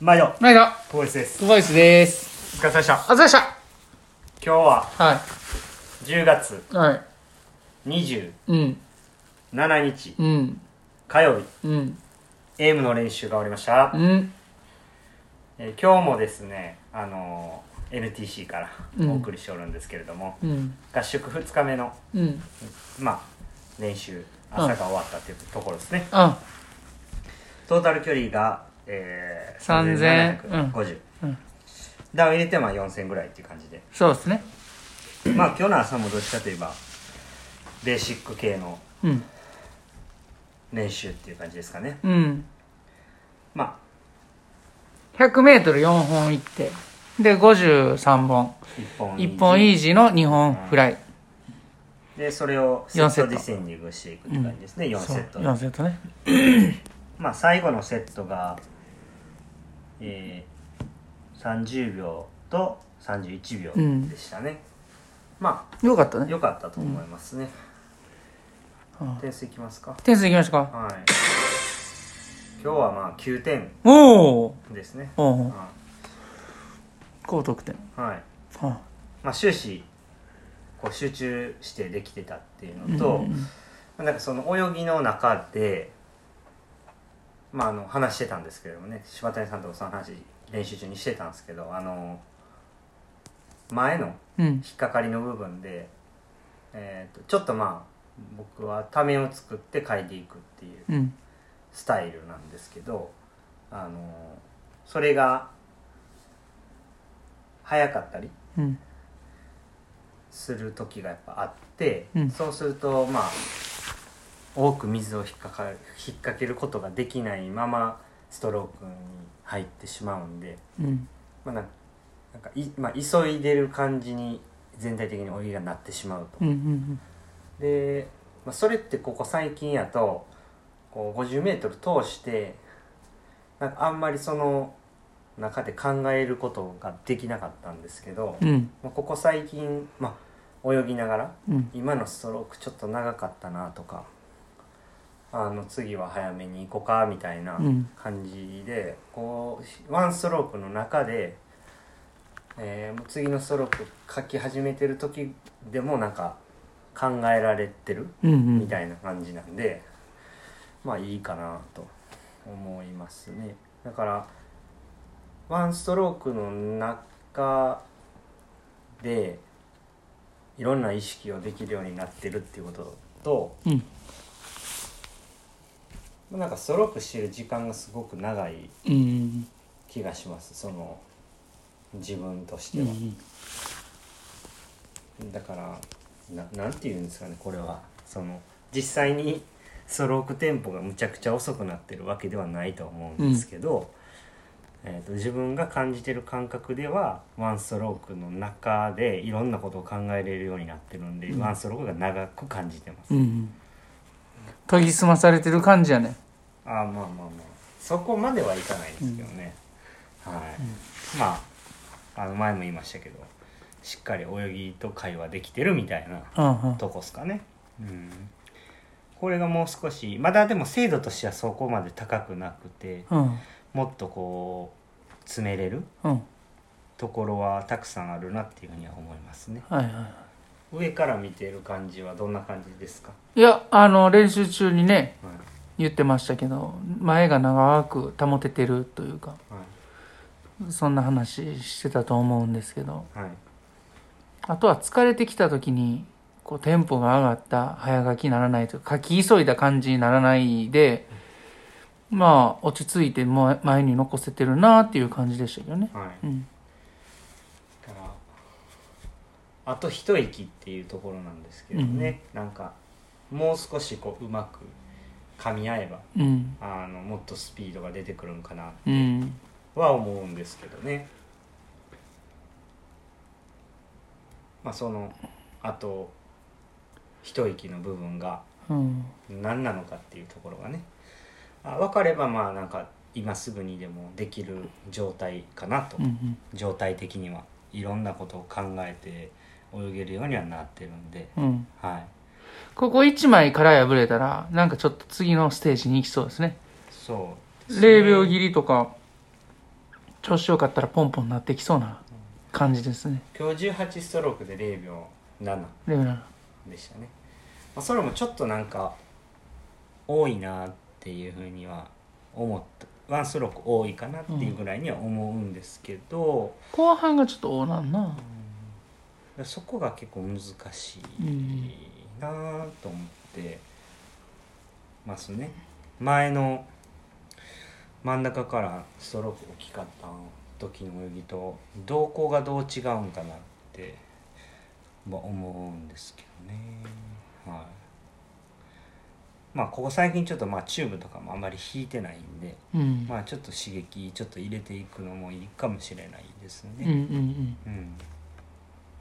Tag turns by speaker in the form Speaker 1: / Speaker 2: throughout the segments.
Speaker 1: 毎度、
Speaker 2: 前田、
Speaker 1: ポエスです。
Speaker 2: トバイスです。
Speaker 1: お疲れ様でした。
Speaker 2: あざでした。
Speaker 1: 今日は
Speaker 2: は
Speaker 1: 10月
Speaker 2: い。はい。
Speaker 1: 27
Speaker 2: うん。
Speaker 1: 日
Speaker 2: うん。
Speaker 1: 火曜日、
Speaker 2: うん。
Speaker 1: エイムの練習が終わりました。
Speaker 2: うん。
Speaker 1: えー今日もですね、あのー NTC から
Speaker 2: うん
Speaker 1: お送りしておるんですけれども、
Speaker 2: うん。
Speaker 1: 合宿2日目の、
Speaker 2: うん。
Speaker 1: まあ、練習、朝が終わったというところですね。
Speaker 2: あ、
Speaker 1: トータル距離が、えー、
Speaker 2: 3750
Speaker 1: 3750。
Speaker 2: うん
Speaker 1: ダウン入れてまあ4000ぐらいっていう感じで。
Speaker 2: そうですね。
Speaker 1: まあ今日の朝もどっちかといえば、ベーシック系の
Speaker 2: うん。
Speaker 1: 練習っていう感じですかね。
Speaker 2: うん。
Speaker 1: まあ
Speaker 2: 100メートル4本行って、で、53本。
Speaker 1: 一本
Speaker 2: 1本イージーの2本フライ。
Speaker 1: でそれをセ
Speaker 2: 四
Speaker 1: ッ
Speaker 2: セッ
Speaker 1: ト
Speaker 2: ト
Speaker 1: ディセンディングしていくって感じですね、4セット
Speaker 2: そう4セットね。
Speaker 1: まあ最後のセットが、えー、30秒と31秒
Speaker 2: うん
Speaker 1: でしたね、ま
Speaker 2: よかった
Speaker 1: あ
Speaker 2: ね。
Speaker 1: 良かったと思いますね、
Speaker 2: うん
Speaker 1: 点数いきますか
Speaker 2: 点数いきましたか。
Speaker 1: はい今日はまあ9点
Speaker 2: おー
Speaker 1: ですね、
Speaker 2: お
Speaker 1: う
Speaker 2: お
Speaker 1: ん
Speaker 2: 高得点。
Speaker 1: はい
Speaker 2: あ
Speaker 1: まあ終始こう集中してできてたっていうのと、なんかその泳ぎの中で、まあ、あの話してたんですけれどもね柴谷さんともその話練習中にしてたんですけどあの前の
Speaker 2: うん。
Speaker 1: 引っかかりの部分で、えー、とちょっとまあ僕はためを作って変えていくっていう
Speaker 2: うん。
Speaker 1: スタイルなんですけどあのそれが早かったり
Speaker 2: うん。
Speaker 1: する時がやっぱあって、
Speaker 2: うん
Speaker 1: そうするとまあ多く水を引っかかる引っ掛けることができないままストロークに入ってしまうんで、
Speaker 2: うん。
Speaker 1: まあ、なんなんかい、まあ、急いでる感じに全体的に泳ぎがなってしまうと。
Speaker 2: うん。うん。
Speaker 1: で、まあ、それってここ最近やとこう 50m 通してなんかあんまりその中で考えることができなかったんですけど、
Speaker 2: うん。
Speaker 1: まあ、ここ最近、まあ、泳ぎながら
Speaker 2: うん。
Speaker 1: 今のストロークちょっと長かったなとかあの次は早めに行こうかみたいな
Speaker 2: うん
Speaker 1: 感じで、こうワンストロークの中で、えーもう次のストローク書き始めてる時でもなんか考えられてる
Speaker 2: うん。うん
Speaker 1: みたいな感じなんで、まあいいかなと思いますねだからワンストロークの中でいろんな意識をできるようになってるっていうこと
Speaker 2: うん。
Speaker 1: となんかストロークしてる時間がすごく長い
Speaker 2: うん。
Speaker 1: 気がしますその自分として
Speaker 2: う
Speaker 1: は、
Speaker 2: ん。
Speaker 1: だからななんて言うんですかねこれはその実際にストロークテンポがむちゃくちゃ遅くなってるわけではないと思うんですけど、えー、と自分が感じてる感覚ではワンストロークの中でいろんなことを考えれるようになってるんで、ワンストロークが長く感じてます。
Speaker 2: うん。研ぎ澄まされてる感じやね。
Speaker 1: あーまあまあまあそこまではいかないですけどね、はい、まああの前も言いましたけどしっかり泳ぎと会話できてるみたいな
Speaker 2: うんうん。
Speaker 1: とこっすかね、うん、これがもう少しまだでも精度としてはそこまで高くなくて
Speaker 2: うん。
Speaker 1: もっとこう詰めれる
Speaker 2: うん。
Speaker 1: ところはたくさんあるなっていうふうには思いますね
Speaker 2: はいは
Speaker 1: 上から見てる感じはどんな感じですか、
Speaker 2: い。いや、あの、練習中にね、
Speaker 1: はい
Speaker 2: 言ってましたけど、前が長く保ててるというか、
Speaker 1: は
Speaker 2: そんな話してたと思うんですけど、
Speaker 1: いはい
Speaker 2: あとは疲れてきた時に、こう、テンポが上がった早書きにならないというか、書き急いだ感じにならないで、まあ、落ち着いても前に残せてるなっていう感じでしたけどね。
Speaker 1: はい
Speaker 2: うん。
Speaker 1: だからあと一息っていうところなんですけどね、なんかもう少しこううまく噛み合えば
Speaker 2: うん。
Speaker 1: あのもっとスピードが出てくるんかな
Speaker 2: うん。
Speaker 1: は思うんですけどねまあそのあと一息の部分が
Speaker 2: うん。
Speaker 1: 何なのかっていうところがねあ分かればまあなんか今すぐにでもできる状態かなと、
Speaker 2: うんうん。
Speaker 1: 状態的にはいろんなことを考えて泳げるようにはなってるんで、
Speaker 2: うん。
Speaker 1: はい
Speaker 2: ここ1枚殻破れたら、なんかちょっと次のステージに行きそうですね。
Speaker 1: そうですね
Speaker 2: 0秒切りとか、調子よかったらポンポンなってきそうな感じですね。
Speaker 1: 今日18ストロークで0秒7
Speaker 2: レベル7
Speaker 1: でしたね、まあ、それもちょっとなんか多いなっていうふうには思ったワンストローク多いかなっていうぐらいには思うんですけど、
Speaker 2: 後半がちょっとおらんな。
Speaker 1: そこが結構難し
Speaker 2: うん
Speaker 1: いなと思ってますね前の真ん中からストローク大きかった時の泳ぎと動向がどう違うんかなってまあ思うんですけどねはいまあここ最近ちょっとまあチューブとかもあまり引いてないんで
Speaker 2: うん。
Speaker 1: まあちょっと刺激ちょっと入れていくのもいいかもしれないですね、
Speaker 2: うんうんうん。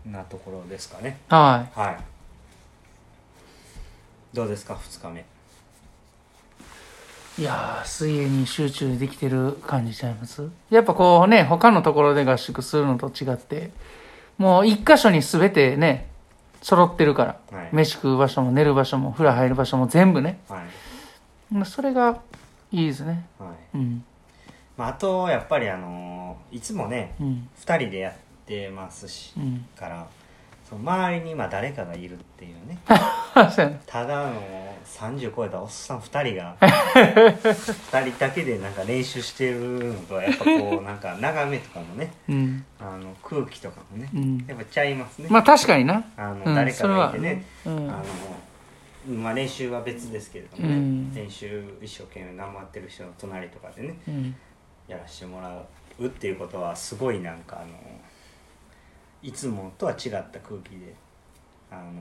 Speaker 1: うん、なところですかね
Speaker 2: は
Speaker 1: はいどうですか2日目
Speaker 2: い。いやー、水泳に集中できてる感じちゃいますやっぱこうね、他のところで合宿するのと違って、もう一箇所に全てね、揃ってるから。
Speaker 1: はい、
Speaker 2: 飯食う場所も寝る場所も風呂入る場所も全部ね。
Speaker 1: はい
Speaker 2: まあそれがいいですね。
Speaker 1: はい
Speaker 2: うん。
Speaker 1: まあ、あとやっぱりあのーいつもね
Speaker 2: うん。
Speaker 1: 2人でやってますし
Speaker 2: うん。
Speaker 1: からその周りに今誰かがいるっていうね
Speaker 2: あ、そうやな。
Speaker 1: ただの30超えたおっさん2人が2人だけでなんか練習してるのとやっぱ こうなんか眺めとかもね
Speaker 2: うん。
Speaker 1: あの空気とかもね
Speaker 2: うん。
Speaker 1: やっぱちゃいますね
Speaker 2: まあ確かにな。
Speaker 1: あの、
Speaker 2: うん
Speaker 1: 誰かがいてね、
Speaker 2: それはうん
Speaker 1: あのまあ、練習は別ですけれどもね、
Speaker 2: うん
Speaker 1: 練習一生懸命頑張ってる人の隣とかでね
Speaker 2: うん。
Speaker 1: やらしてもらうっていうことはすごいなんかあのいつもとは違った空気であの、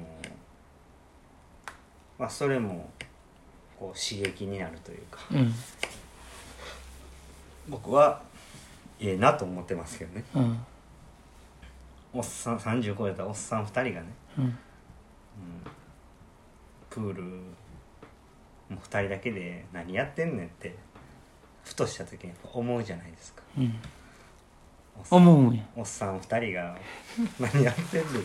Speaker 1: まあ、それもこう刺激になるというか
Speaker 2: うん。
Speaker 1: 僕はええなと思ってますけどね
Speaker 2: うん。
Speaker 1: おっさん30超えたおっさん2人がね
Speaker 2: うん。
Speaker 1: プールもう2人だけで何やってんねんってふとした時にやっぱ思うじゃないですか
Speaker 2: うん。
Speaker 1: おっさん
Speaker 2: 思うんや。
Speaker 1: おっさん2人が何やってんねんって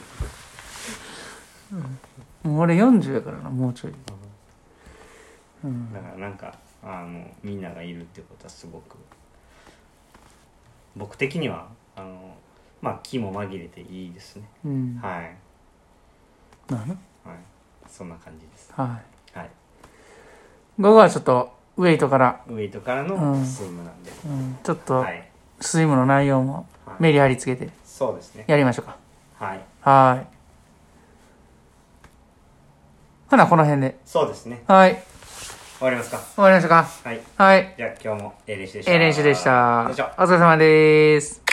Speaker 2: もう俺40やからな、もうちょい。うん。
Speaker 1: だからなんかあのみんながいるってことはすごく僕的にはあのまあ気も紛れていいですね
Speaker 2: うん。ま
Speaker 1: はい
Speaker 2: あな
Speaker 1: はいそんな感じです
Speaker 2: は
Speaker 1: はい
Speaker 2: い。午後はちょっと、ウェイトから、
Speaker 1: ウェイトから
Speaker 2: うん
Speaker 1: のスイムなんで、
Speaker 2: うん、ちょっと
Speaker 1: は、い、
Speaker 2: スイムの内容も
Speaker 1: はい、
Speaker 2: メリハリつけて
Speaker 1: そうですね
Speaker 2: やりましょうか。
Speaker 1: はい
Speaker 2: はーい。ほな、この辺で。
Speaker 1: そうですね
Speaker 2: はい。
Speaker 1: 終わりますか
Speaker 2: 終わりましょうか。
Speaker 1: はい
Speaker 2: はい。
Speaker 1: じゃあ今日も A 練習でした。
Speaker 2: えー練習でした。お
Speaker 1: よいしょ
Speaker 2: 疲れ様でーす。